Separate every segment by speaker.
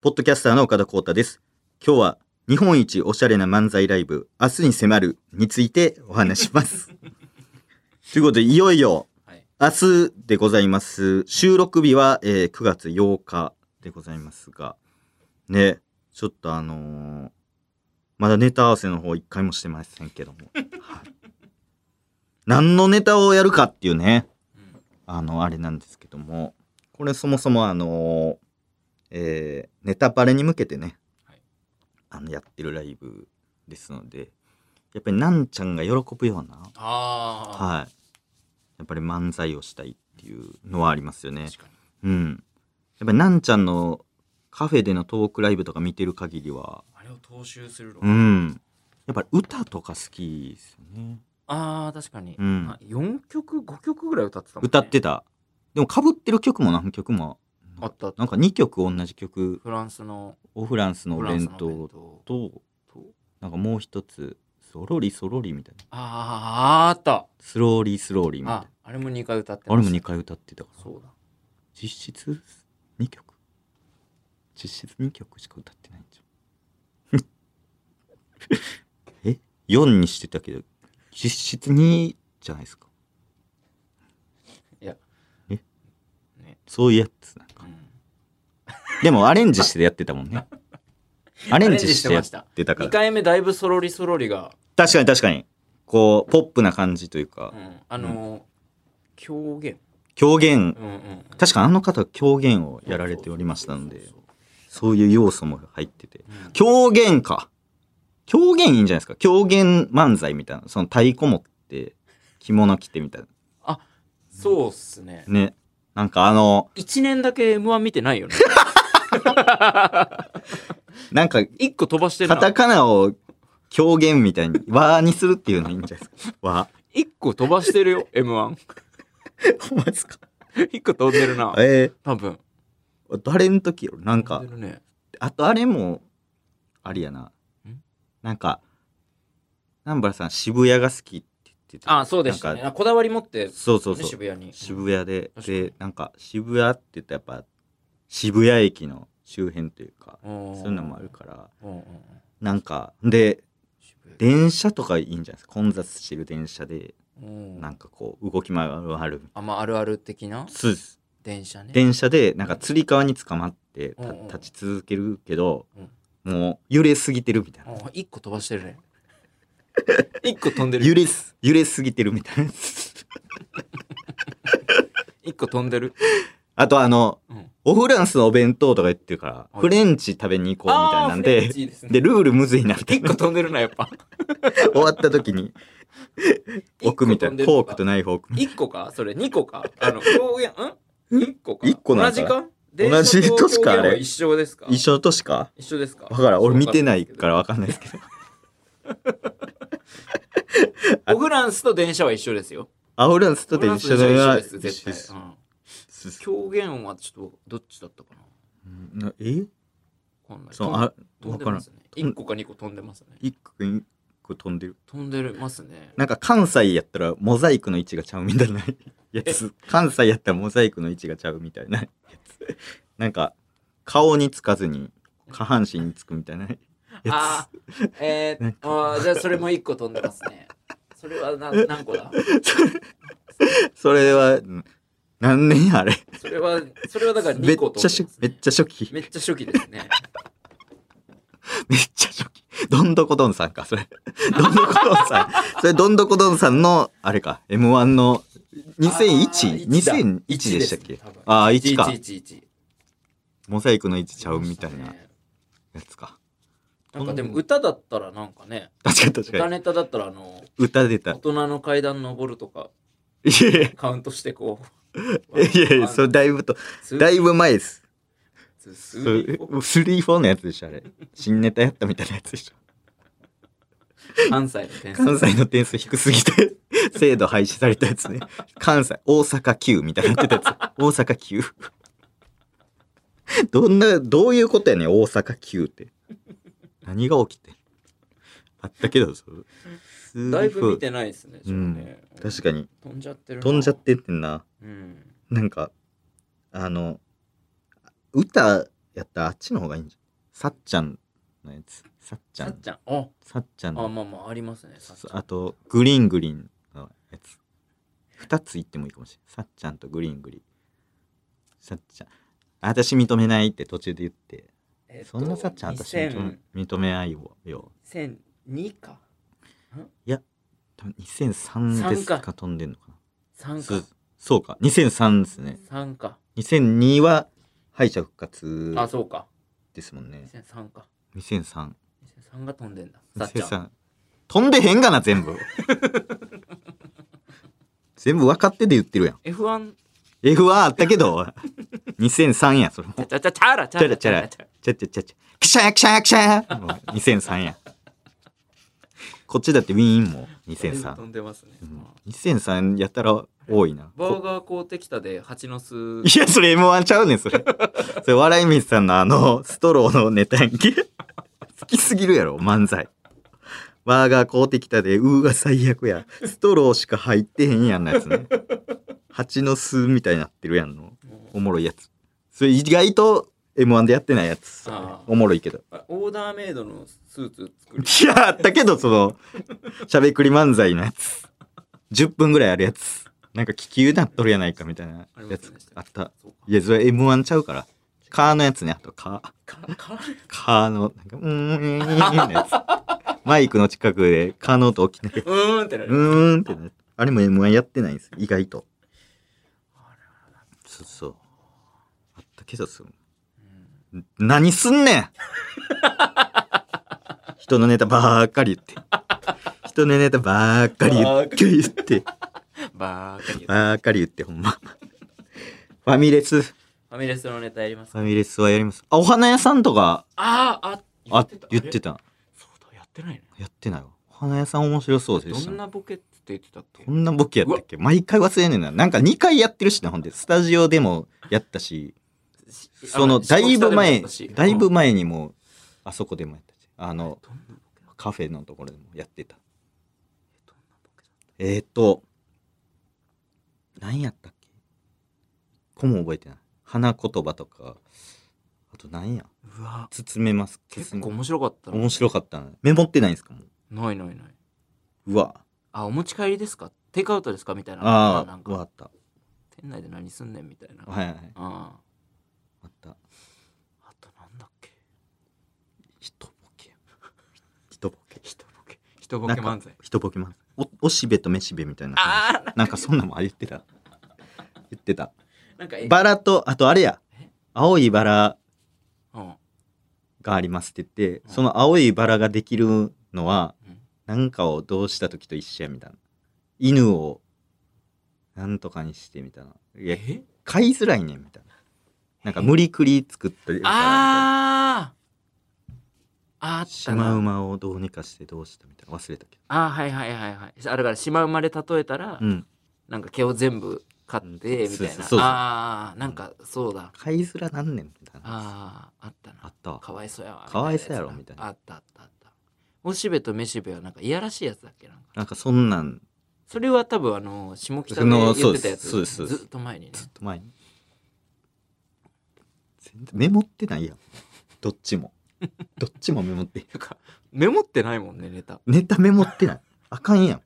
Speaker 1: ポッドキャスターの岡田光太です。今日は日本一おしゃれな漫才ライブ、明日に迫るについてお話しします。ということで、いよいよ
Speaker 2: はい。
Speaker 1: 明日でございます。収録日は、えー9月8日でございますが、ね、ちょっとあのーまだネタ合わせの方一回もしてませんけど も、はい何のネタをやるかっていうね、
Speaker 2: うん。
Speaker 1: あの、あれなんですけども、これそもそもあの、えーネタバレに向けてね、
Speaker 2: はい
Speaker 1: あの、やってるライブですので、やっぱりなんちゃんが喜ぶような、
Speaker 2: あ
Speaker 1: はい。やっぱり漫才をしたいっていうのはありますよ
Speaker 2: あ、
Speaker 1: ね。
Speaker 2: 確かに。
Speaker 1: うん。やっぱりなんちゃんのカフェでのトークライブとか見てる限りは、
Speaker 2: あれを踏襲するの。
Speaker 1: うん。やっぱり歌とか好きですよね。
Speaker 2: ああ、確かに。
Speaker 1: うん
Speaker 2: あ4曲、5曲ぐらい歌ってたもん、ね。
Speaker 1: 歌ってた。でも被ってる曲も何曲も
Speaker 2: あったあった
Speaker 1: なんか2曲同じ曲
Speaker 2: フランスの
Speaker 1: オフランスのお
Speaker 2: フランス
Speaker 1: 弁
Speaker 2: の
Speaker 1: 当
Speaker 2: 当
Speaker 1: となんかもう一つそろりそろりみたいな
Speaker 2: ああ、あった。
Speaker 1: スローリースローリーみたいな
Speaker 2: あ、あれも2回歌って
Speaker 1: あれも2
Speaker 2: 回。
Speaker 1: 回歌ってたから
Speaker 2: そうだ。
Speaker 1: 実質2曲実質2曲しか歌ってないんじゃん え4にしてたけど実質2じゃないですか
Speaker 2: いや。
Speaker 1: え
Speaker 2: ね。
Speaker 1: そういうやつなん
Speaker 2: う
Speaker 1: か
Speaker 2: ん。
Speaker 1: でもアレンジしてやってたもん ねアレンジしてやってたか
Speaker 2: 2
Speaker 1: ら
Speaker 2: 回目だいぶそろりそろりが、
Speaker 1: 確かに確かにこうポップな感じというか
Speaker 2: うん、あのー狂言。
Speaker 1: 狂言
Speaker 2: うんうんうん。
Speaker 1: 確かあの方は狂言をやられておりましたので
Speaker 2: そうそうそう
Speaker 1: そういう要素も入ってて
Speaker 2: そううん
Speaker 1: 狂言か狂言いいんじゃないですか狂言漫才みたいなその太鼓持って着物着てみたい
Speaker 2: そうっすね。
Speaker 1: なねなんかあの
Speaker 2: 1年だけ M1 見てないよ ね。
Speaker 1: なんか
Speaker 2: 1個飛ばしてる
Speaker 1: カ
Speaker 2: な
Speaker 1: タ。カナを狂言みたいに「和」にするっていうのいいんじゃないですか「和
Speaker 2: 1個飛ばしてるよ、M1。」
Speaker 1: ほんまですか
Speaker 2: 一個飛んでるな。
Speaker 1: え
Speaker 2: 多分。
Speaker 1: ー、誰の時よりなんか
Speaker 2: 飛んでるね。
Speaker 1: あとあれも、ありやな
Speaker 2: うん。
Speaker 1: なんか、南原さん渋谷が好きって言ってた。
Speaker 2: あ、そうでしたね。
Speaker 1: なんか
Speaker 2: あこだわり持って、
Speaker 1: そうそうそう。
Speaker 2: 渋谷に。
Speaker 1: 渋谷で、
Speaker 2: 確かに
Speaker 1: で、なんか渋谷って言ったらやっぱ、渋谷駅の周辺というか、
Speaker 2: 谷
Speaker 1: そういうのもある。から、
Speaker 2: うんうんうん
Speaker 1: なんか、で、
Speaker 2: 渋谷
Speaker 1: 電車とかいいんじゃないですか。混雑してる電車で、
Speaker 2: うん
Speaker 1: なんかこう、動き回る。
Speaker 2: あまあ、あるある的な
Speaker 1: そうです。
Speaker 2: 電車ね。
Speaker 1: 電車でなんかつり革に捕まってた
Speaker 2: うんうん
Speaker 1: 立ち続けるけど、もう揺れすぎてるみたいな。
Speaker 2: うん一個飛ばして るね。一個飛んで
Speaker 1: 揺
Speaker 2: る。
Speaker 1: れす、揺れすぎてるみたいな。
Speaker 2: 一個飛んでる。
Speaker 1: あとあの、
Speaker 2: うん
Speaker 1: オフランスのお弁当とか言ってるから、
Speaker 2: い
Speaker 1: フレンチ食べに行こうみたいなん
Speaker 2: あーフレン
Speaker 1: で、
Speaker 2: チいいですね
Speaker 1: で、ルールむずいなみたい
Speaker 2: 一
Speaker 1: な
Speaker 2: 個。飛んでるな、やっ ぱ。
Speaker 1: 終わった時に、置くみたいな。
Speaker 2: 一個飛んで
Speaker 1: フ
Speaker 2: る
Speaker 1: ォ
Speaker 2: の
Speaker 1: ー
Speaker 2: か
Speaker 1: クとナイフォーク。
Speaker 2: 一個かそれ二個かあの、表現、ん一個か
Speaker 1: 一個な
Speaker 2: 同
Speaker 1: んか
Speaker 2: じ
Speaker 1: な
Speaker 2: か
Speaker 1: 同じ
Speaker 2: 電車
Speaker 1: 年かあれ
Speaker 2: 表現は一緒ですか
Speaker 1: 一緒の年か
Speaker 2: 一緒ですか。
Speaker 1: わからん。俺見てないかららわかんないですけど。
Speaker 2: オフランスと電車は一緒ですよ。
Speaker 1: あ、オフランスと
Speaker 2: オフラン
Speaker 1: 一
Speaker 2: ス
Speaker 1: 緒だ
Speaker 2: 電車
Speaker 1: な。
Speaker 2: は一緒です、
Speaker 1: 一緒で
Speaker 2: 絶
Speaker 1: す
Speaker 2: 対。うん狂言はちょっとどっちだったかな
Speaker 1: うんなえ
Speaker 2: わかんない
Speaker 1: そう、
Speaker 2: 飛ん
Speaker 1: あ、
Speaker 2: 飛
Speaker 1: わ
Speaker 2: んで
Speaker 1: から
Speaker 2: ま
Speaker 1: ん
Speaker 2: す。ね1個か2個飛んでますね
Speaker 1: 一個、一個飛んでる。
Speaker 2: 飛んでますね
Speaker 1: なんか関西やったらモザイクの位置がちゃうみたいなやつ。関西やったらモザイクの位置がちゃうみたいなやつ。なんか顔につかずに下半身につくみたいなやつ。
Speaker 2: あーえー、あーじゃあそれも1個飛んでますねそれはな何個だ
Speaker 1: それはん何年あれ
Speaker 2: それはそれはだから
Speaker 1: め
Speaker 2: 2
Speaker 1: っ
Speaker 2: 個飛んで
Speaker 1: ちゃ
Speaker 2: ま
Speaker 1: 初期、、
Speaker 2: す、ね
Speaker 1: めっちゃ初期、
Speaker 2: めっちゃ初期ですね
Speaker 1: めっちゃ初期。どんどこどんさんか、それ。どんどこどんさん。それどんどこどんさんの、あれか、M1 の
Speaker 2: あ
Speaker 1: 2001?2001
Speaker 2: ー一だ
Speaker 1: でしたっけ
Speaker 2: 一ですね多分
Speaker 1: ああ、1か。
Speaker 2: 1111
Speaker 1: モザイクの位置ちゃうみたいなやつか。
Speaker 2: なんかでも歌だったらなんかね
Speaker 1: 確かに確か
Speaker 2: 歌
Speaker 1: に。
Speaker 2: ネタだったらあの
Speaker 1: 歌出
Speaker 2: 大
Speaker 1: た。い
Speaker 2: 人の階段登るとか
Speaker 1: やいや。
Speaker 2: カウントしてこう
Speaker 1: いやいや、それだいぶと、だいぶ前です。
Speaker 2: ツーツ
Speaker 1: そ
Speaker 2: ーリーフォー
Speaker 1: うスリーフォーのやつでしょ、あれ。新ネタやったみたいなやつでしょ。
Speaker 2: 関西の天才
Speaker 1: 関西の点数低すぎ て、制度廃止されたやつね。関西、大阪9みたいになってたやつ。大阪9。どんな、どういうことやねん、大阪9って。何が起きてんあったけど、そう。スリーフォー
Speaker 2: だいぶ見てないですね。
Speaker 1: う
Speaker 2: ちょっとね
Speaker 1: ん。確かに、
Speaker 2: 飛んじゃってるな。
Speaker 1: 飛んじゃってってんな。
Speaker 2: うん。
Speaker 1: なんか、あの、歌やったあっちの方がいいんじゃんさっちゃんのやつさっち
Speaker 2: さ
Speaker 1: ゃ
Speaker 2: っ
Speaker 1: ん
Speaker 2: ちゃん。お
Speaker 1: さっちゃん
Speaker 2: あ、
Speaker 1: の
Speaker 2: まあまあ、ありますね。さっちゃん
Speaker 1: あとグリーングリーンのやつ2つ言ってもいいかもしれないさっちゃんとグリーングリーンさっちゃんあ私認めないって途中で言って
Speaker 2: えっと
Speaker 1: そんなさっちゃん私認め認めないよよ
Speaker 2: 2002か
Speaker 1: 多分2003です
Speaker 2: 3
Speaker 1: か飛んでんのかな
Speaker 2: 3
Speaker 1: そ
Speaker 2: か
Speaker 1: うそうか2003ですね
Speaker 2: 3か
Speaker 1: 2002は敗者復活
Speaker 2: あそうか
Speaker 1: ですもんね
Speaker 2: 2003か
Speaker 1: 2003
Speaker 2: 2003が飛んでんださっちゃん
Speaker 1: 2003飛んでへんがな 全部全部分かってて言ってるやん
Speaker 2: F1
Speaker 1: F はあったけど2003やそれも
Speaker 2: チャチャチャチャラチャラ
Speaker 1: チャラチちゃちゃちゃちゃクシャークシャークシャーもう2003やこっちだってウィーンも
Speaker 2: 2003
Speaker 1: 2003
Speaker 2: 飛んでますね
Speaker 1: うん2003やったら多いな
Speaker 2: バーガー買うてきたで蜂の巣
Speaker 1: いや、それ M1 ちゃうねん、それ。それ、笑い飯さんのあの、ストローのネタやんけ。好きすぎるやろ、漫才。バーガー買うてきたで、うーが最悪や。ストローしか入ってへんやんなやつね。蜂の巣みたいになってるやんの。おもろいやつ。それ意外と M1 でやってないやつ
Speaker 2: あ。ー
Speaker 1: おもろいけど。
Speaker 2: あオーダーメイドのスーツ作る
Speaker 1: いや、あったけど、その、しゃべくり漫才のやつ。10分ぐらいあるやつ。なんか気球なっとるやないかみたいなやつあった。
Speaker 2: そうか
Speaker 1: いや、それ M1 ちゃうから。カーのやつね、あとカー。
Speaker 2: かか
Speaker 1: カーの、なんか、うーん、のやつ。マイクの近くでカーの音起きなきゃ、
Speaker 2: うーんってな
Speaker 1: う
Speaker 2: る
Speaker 1: ーんってね。あれも M1 やってないんですよ、意外と。そうそう。あったけど、そのん何すんね ん人のネタばーっかり言って。人のネタばーっかり言って、言って
Speaker 2: バーカリフ
Speaker 1: ばーっかり言って、ほんま。ファミレス、フ
Speaker 2: ァミレスのネタやります
Speaker 1: ァミレスはやります。あ、お花屋さんとか、
Speaker 2: あーあ
Speaker 1: あ、言ってた。
Speaker 2: たあれそうだやってないね
Speaker 1: やってないわ。お花屋さん面白そうでしたね。
Speaker 2: どんなボケって言ってたっけ
Speaker 1: こんなボケやったっけ毎回忘れんねんな。なんか2回やってるしな、ほんで。スタジオでもやったし、その、だいぶ前、だいぶ
Speaker 2: 前
Speaker 1: 前にも、あそこでもやったし、あの、カフェのところでもやってた。えーっと、何やったっけこも覚えてない。花言葉とか、あと何や
Speaker 2: うわ
Speaker 1: 包めます。
Speaker 2: 結
Speaker 1: 包
Speaker 2: 構
Speaker 1: む
Speaker 2: 面白かったな
Speaker 1: 面白かったな。メモってないんですかもう。
Speaker 2: ないないないう
Speaker 1: わ。
Speaker 2: あお持ち帰りですかテイクアウトですかみたいな
Speaker 1: あ
Speaker 2: なん
Speaker 1: あ、わか
Speaker 2: か
Speaker 1: った。
Speaker 2: 店内で何すんねんみたいな
Speaker 1: はいはいはい。
Speaker 2: あ
Speaker 1: あった。
Speaker 2: ああとなんだっけ
Speaker 1: 人ボケ。人ボケ。
Speaker 2: 一ボケ一ボケ漫才
Speaker 1: 人ボケ漫才。お、おしべとめしべみたいな感じ。
Speaker 2: ああ
Speaker 1: なんかそんなもんあ言ってた。言ってた。
Speaker 2: なんかえ
Speaker 1: バラと、あとあれや
Speaker 2: え。
Speaker 1: 青いバラ
Speaker 2: うん
Speaker 1: がありますって言って、
Speaker 2: うん
Speaker 1: その青いバラができるのは
Speaker 2: うん、
Speaker 1: なんかをどうした時と一緒やみたいな。犬を、なんとかにしてみたいな。いや、
Speaker 2: え
Speaker 1: 飼いづらいねんみたいな。なんか無理くり作ったり。
Speaker 2: ああああっ
Speaker 1: シ
Speaker 2: た
Speaker 1: マウ
Speaker 2: な
Speaker 1: マをどうにかしてどうしたみたいな。忘れたけ
Speaker 2: あーはいはいはいはいあだからシマウマで例えたら
Speaker 1: ど。うん。
Speaker 2: なんか毛を全部買って
Speaker 1: うん
Speaker 2: みた
Speaker 1: そうそ
Speaker 2: い
Speaker 1: う
Speaker 2: な
Speaker 1: そう
Speaker 2: ああなんかそうだ
Speaker 1: 飼いづらなんねんみたいな。
Speaker 2: あああった
Speaker 1: あ
Speaker 2: な
Speaker 1: ったわ。
Speaker 2: かわいそうやわ
Speaker 1: かわいそうやろみたいな
Speaker 2: あったあったあったおしべとめしべはなんかいやらしいやつだっけなんか
Speaker 1: なんかそんなん
Speaker 2: それは多分あの下北
Speaker 1: そ
Speaker 2: で
Speaker 1: の
Speaker 2: 言
Speaker 1: そう
Speaker 2: っ
Speaker 1: です
Speaker 2: てたやつ
Speaker 1: そうですそうです
Speaker 2: ずっと前にね
Speaker 1: ずっと前に。全然メモってないやん。どっち も。どっちもメモって。
Speaker 2: なんかメモってないもんねネタ
Speaker 1: ネタメモってない。あかんやん。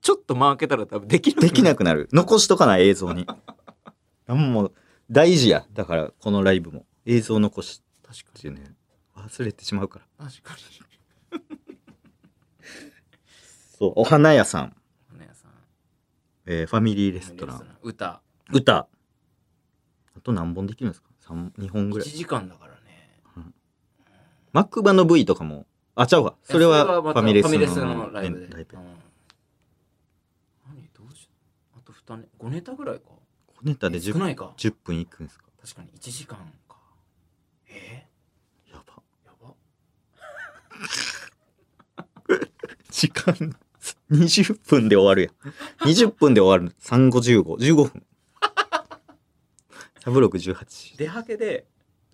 Speaker 2: ちょっと間開けたら多分できなく
Speaker 1: でき
Speaker 2: い
Speaker 1: なくなる。残しとかない映像に。あもう大事や。だからこのライブも。映像残し
Speaker 2: 確か
Speaker 1: ってね。忘れてしまうから。
Speaker 2: に確か
Speaker 1: そう。お花屋さん。
Speaker 2: に花屋さん
Speaker 1: えーファミリーレストラン。
Speaker 2: 歌
Speaker 1: 歌。あと何本できるんですか ?3、2本ぐらい
Speaker 2: 1。時間だからね
Speaker 1: マックバの V とかも。あ、ちゃうわ。それ
Speaker 2: いや
Speaker 1: はフ
Speaker 2: ま
Speaker 1: ァ
Speaker 2: た
Speaker 1: ミレス
Speaker 2: ファミレス
Speaker 1: の
Speaker 2: のライブで
Speaker 1: ライブ
Speaker 2: うん何どうしあと2ネ5ネタぐらいか
Speaker 1: 小ネタで
Speaker 2: 少
Speaker 1: 10分
Speaker 2: ないか
Speaker 1: 10分いくんですか
Speaker 2: 確かに1時間かえ
Speaker 1: やば
Speaker 2: ー、やば
Speaker 1: 時間20分で終わるやん20分で終わる3515分サブロク18
Speaker 2: 出はけで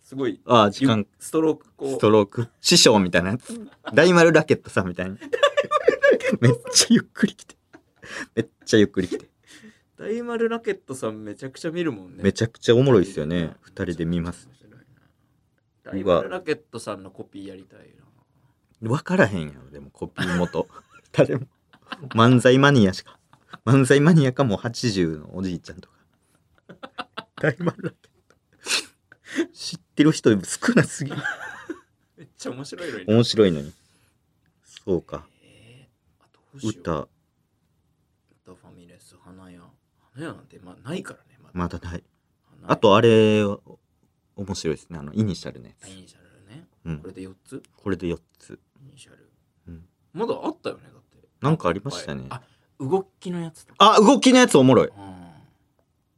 Speaker 2: すごい
Speaker 1: ああ時間
Speaker 2: ストロークこ
Speaker 1: ストローク師匠みたいなやつ大丸ラケットさんみたいにめっちゃゆっくり来てめっちゃゆっくり来て
Speaker 2: 大丸ラケットさんめちゃくちゃ見るもんね
Speaker 1: めちゃくちゃおもろいっすよね2人で見ます
Speaker 2: 面白いなライバルラケットさんのコピーやりたいな。
Speaker 1: 分からへんやろでもコピー元 誰も漫才マニアしか漫才マニアかもう80のおじいちゃんとか大丸ラケット知ってる人少なすぎる
Speaker 2: めっちゃ面白いのにな。
Speaker 1: 面白いのにそうか
Speaker 2: えー、あどうしよう。
Speaker 1: 歌
Speaker 2: 歌ファミレス、花屋。花屋なんて、まあ、ないからね。まだ
Speaker 1: まだない
Speaker 2: 花屋
Speaker 1: あとあれ面白いですねあのイニシャルのや
Speaker 2: あ
Speaker 1: つ
Speaker 2: イニシャルね。
Speaker 1: うん
Speaker 2: これで4つ
Speaker 1: これで4つ
Speaker 2: イニシャル。
Speaker 1: うん
Speaker 2: まだあったよね、だって。
Speaker 1: なんかありましたね
Speaker 2: あ、動きのやつとか。
Speaker 1: あ動きのやつおもろい
Speaker 2: うん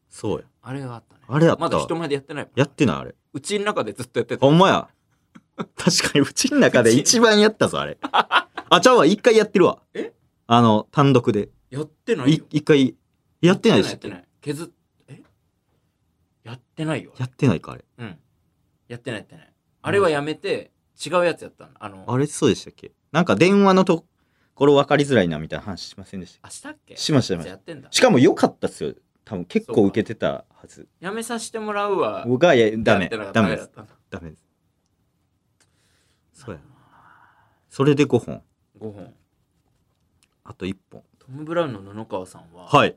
Speaker 1: そうや
Speaker 2: あれがあったね。
Speaker 1: あれあった
Speaker 2: まだ人前でやってないもん
Speaker 1: やってないあれ
Speaker 2: うちの中でずっとやってた。
Speaker 1: ほんまや。確かに、うちの中で一番やったぞ、あれ。あ、ちゃうわ、一回やってるわ。
Speaker 2: え
Speaker 1: あの、単独で。
Speaker 2: やってない
Speaker 1: い
Speaker 2: よ。
Speaker 1: 一回、やってないで
Speaker 2: や
Speaker 1: し
Speaker 2: ったてない。削っ、えやってないよ。
Speaker 1: やってないか、あれ。
Speaker 2: うん。やってないやってない。あれはやめて、違うやつやったの。あの、
Speaker 1: あれ、そうでしたっけなんか電話のところ分かりづらいな、みたいな話しませんでしたっ
Speaker 2: 明日っけ
Speaker 1: けしました、しま
Speaker 2: やつ
Speaker 1: し
Speaker 2: やってんだ
Speaker 1: た。。しかも良かったっすよ。多分結構受けてたはず。
Speaker 2: やめさせてもらうわ。
Speaker 1: 僕は、いや、ダメ。
Speaker 2: やってなかった
Speaker 1: ダメで
Speaker 2: だ
Speaker 1: す
Speaker 2: っ。たんだ
Speaker 1: ダメです。そうや。それで5本。
Speaker 2: 5本。
Speaker 1: あと1本。
Speaker 2: トム・ブラウンの布川さんは、
Speaker 1: はい。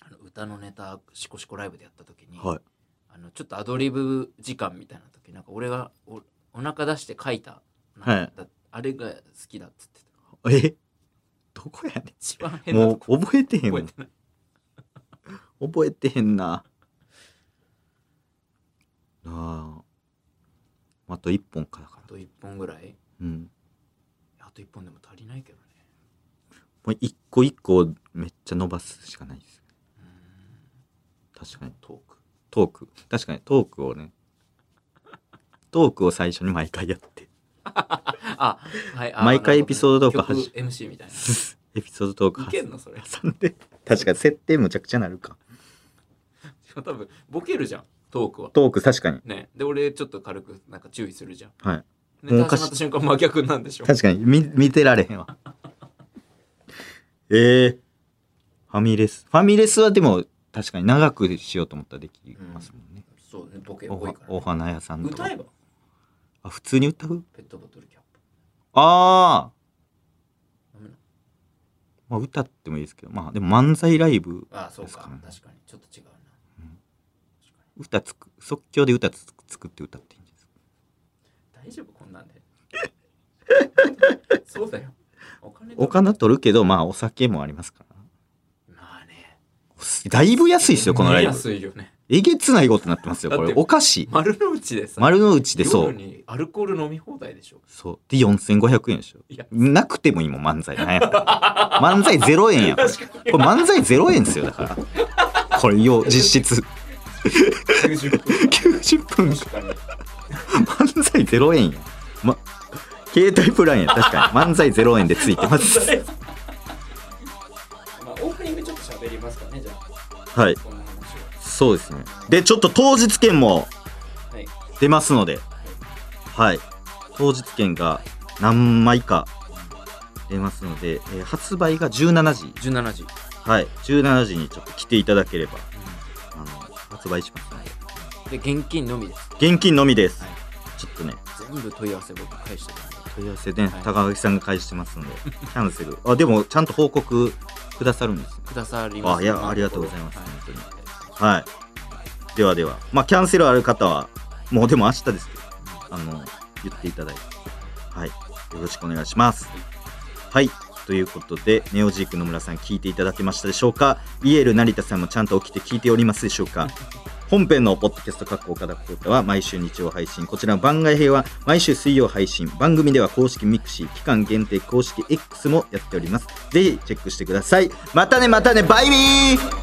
Speaker 2: あの歌のネタ、シコシコライブでやった時に、
Speaker 1: はい。
Speaker 2: あのちょっとアドリブ時間みたいな時、なんか俺がおお腹出して書いた、
Speaker 1: はい
Speaker 2: だあれが好きだっつってた。
Speaker 1: えどこやねん。
Speaker 2: 一番変な
Speaker 1: も
Speaker 2: とこ
Speaker 1: う覚えてへん
Speaker 2: 覚
Speaker 1: わ
Speaker 2: え。てない。
Speaker 1: 覚えてへんな。なあ。あと一本かだか
Speaker 2: あ
Speaker 1: ら。
Speaker 2: と1本ぐらい
Speaker 1: うん。
Speaker 2: あと1本でも足りないけどね。
Speaker 1: もう一個一個めっちゃ伸ばすしかないです。確かに。
Speaker 2: トーク。
Speaker 1: トーク。確かにトークをね。トークを最初に毎回やって。
Speaker 2: あ、はい。あ
Speaker 1: 毎回エピソードトーク
Speaker 2: なる
Speaker 1: 始
Speaker 2: ほどね曲 MC みたい
Speaker 1: エピソードトーク
Speaker 2: な。いけんのそれ。
Speaker 1: 挟んで。確かに設定むちゃくちゃなるか。
Speaker 2: 多分、ボケるじゃん、トークは。
Speaker 1: トーク確かに。
Speaker 2: ね。で、俺ちょっと軽くなんか注意するじゃん。
Speaker 1: はい。
Speaker 2: ネ
Speaker 1: もうお
Speaker 2: タ
Speaker 1: かし
Speaker 2: 始まった瞬間真逆なんでしょ。
Speaker 1: 確かに。み見てられへんわ。ええファミレス。ファミレスはでも確かに長くしようと思ったらできますもんね。
Speaker 2: そうね、ボケ
Speaker 1: お
Speaker 2: 多い
Speaker 1: は
Speaker 2: から、
Speaker 1: お
Speaker 2: ね。
Speaker 1: 花屋さんとか
Speaker 2: 歌えば
Speaker 1: あ普通に歌う
Speaker 2: ペットボトルキャップ。
Speaker 1: あー、
Speaker 2: ダメなの
Speaker 1: まあ、歌ってもいいですけどまあでも漫才ライブ
Speaker 2: ああ、そう
Speaker 1: です
Speaker 2: か
Speaker 1: かね
Speaker 2: 確かに。ちょっと違うな。
Speaker 1: うん
Speaker 2: 確か
Speaker 1: 歌つく即興で歌つく作って歌っていいんですか
Speaker 2: に大丈夫こんなん で。そうだよ。お金と
Speaker 1: お金取るけどまあお酒もありますから
Speaker 2: まあね。
Speaker 1: だいぶ安いですよこのライブ
Speaker 2: 安いよね。
Speaker 1: えげつないことになってますよこ
Speaker 2: だ
Speaker 1: れ
Speaker 2: って
Speaker 1: おかしい
Speaker 2: 丸の内でさ。
Speaker 1: 丸の内でそ
Speaker 2: 夜
Speaker 1: う
Speaker 2: にアルコール飲み放題でしょ。
Speaker 1: そうで4500円でしょ
Speaker 2: いや、
Speaker 1: なくてもいいもん漫才なんやこれ漫才0円やこれ
Speaker 2: 確かに
Speaker 1: これ漫才0円ですよだからこれよう実質
Speaker 2: 90分か。
Speaker 1: 90分
Speaker 2: 確かに。
Speaker 1: 漫才0円や。ま、携帯プランや。確かに。漫才0円でついて ます。
Speaker 2: まあ、オープニングちょっと喋りますかね、じゃあ、
Speaker 1: はい。
Speaker 2: この話は。
Speaker 1: そうですね。で、ちょっと当日券も
Speaker 2: はい。
Speaker 1: 出ますので、はい。当日券が何枚か出ますので、えー発売が17時。
Speaker 2: 17時。
Speaker 1: はい。17時にちょっと来ていただければ、あの、発売しますので。
Speaker 2: で、現金のみです。
Speaker 1: 現金のみです
Speaker 2: はい。
Speaker 1: ちょっとね、
Speaker 2: 全部問い合わせ僕返してたんで。
Speaker 1: 問い合わせね
Speaker 2: はい、
Speaker 1: 高垣さんが返してますので、キャンセル。あ、でも、ちゃんと報告くださるんですね。
Speaker 2: くださります
Speaker 1: あいやありがとうございます
Speaker 2: は
Speaker 1: 本当にはい。ではでは、まあ、キャンセルある方は、もうでも明日ですけど、あの、言っていただいて、はい。よろしくお願いします。はい。ということで、ネオジーク野村さん、聞いていただけましたでしょうかイエール成田さんもちゃんと起きて聞いておりますでしょうか本編のポッドキャスト各岡田コータは毎週日曜配信。こちらの番外編は毎週水曜配信。番組では公式ミクシー、期間限定公式 X もやっております。ぜひチェックしてください。またねまたね、バイビー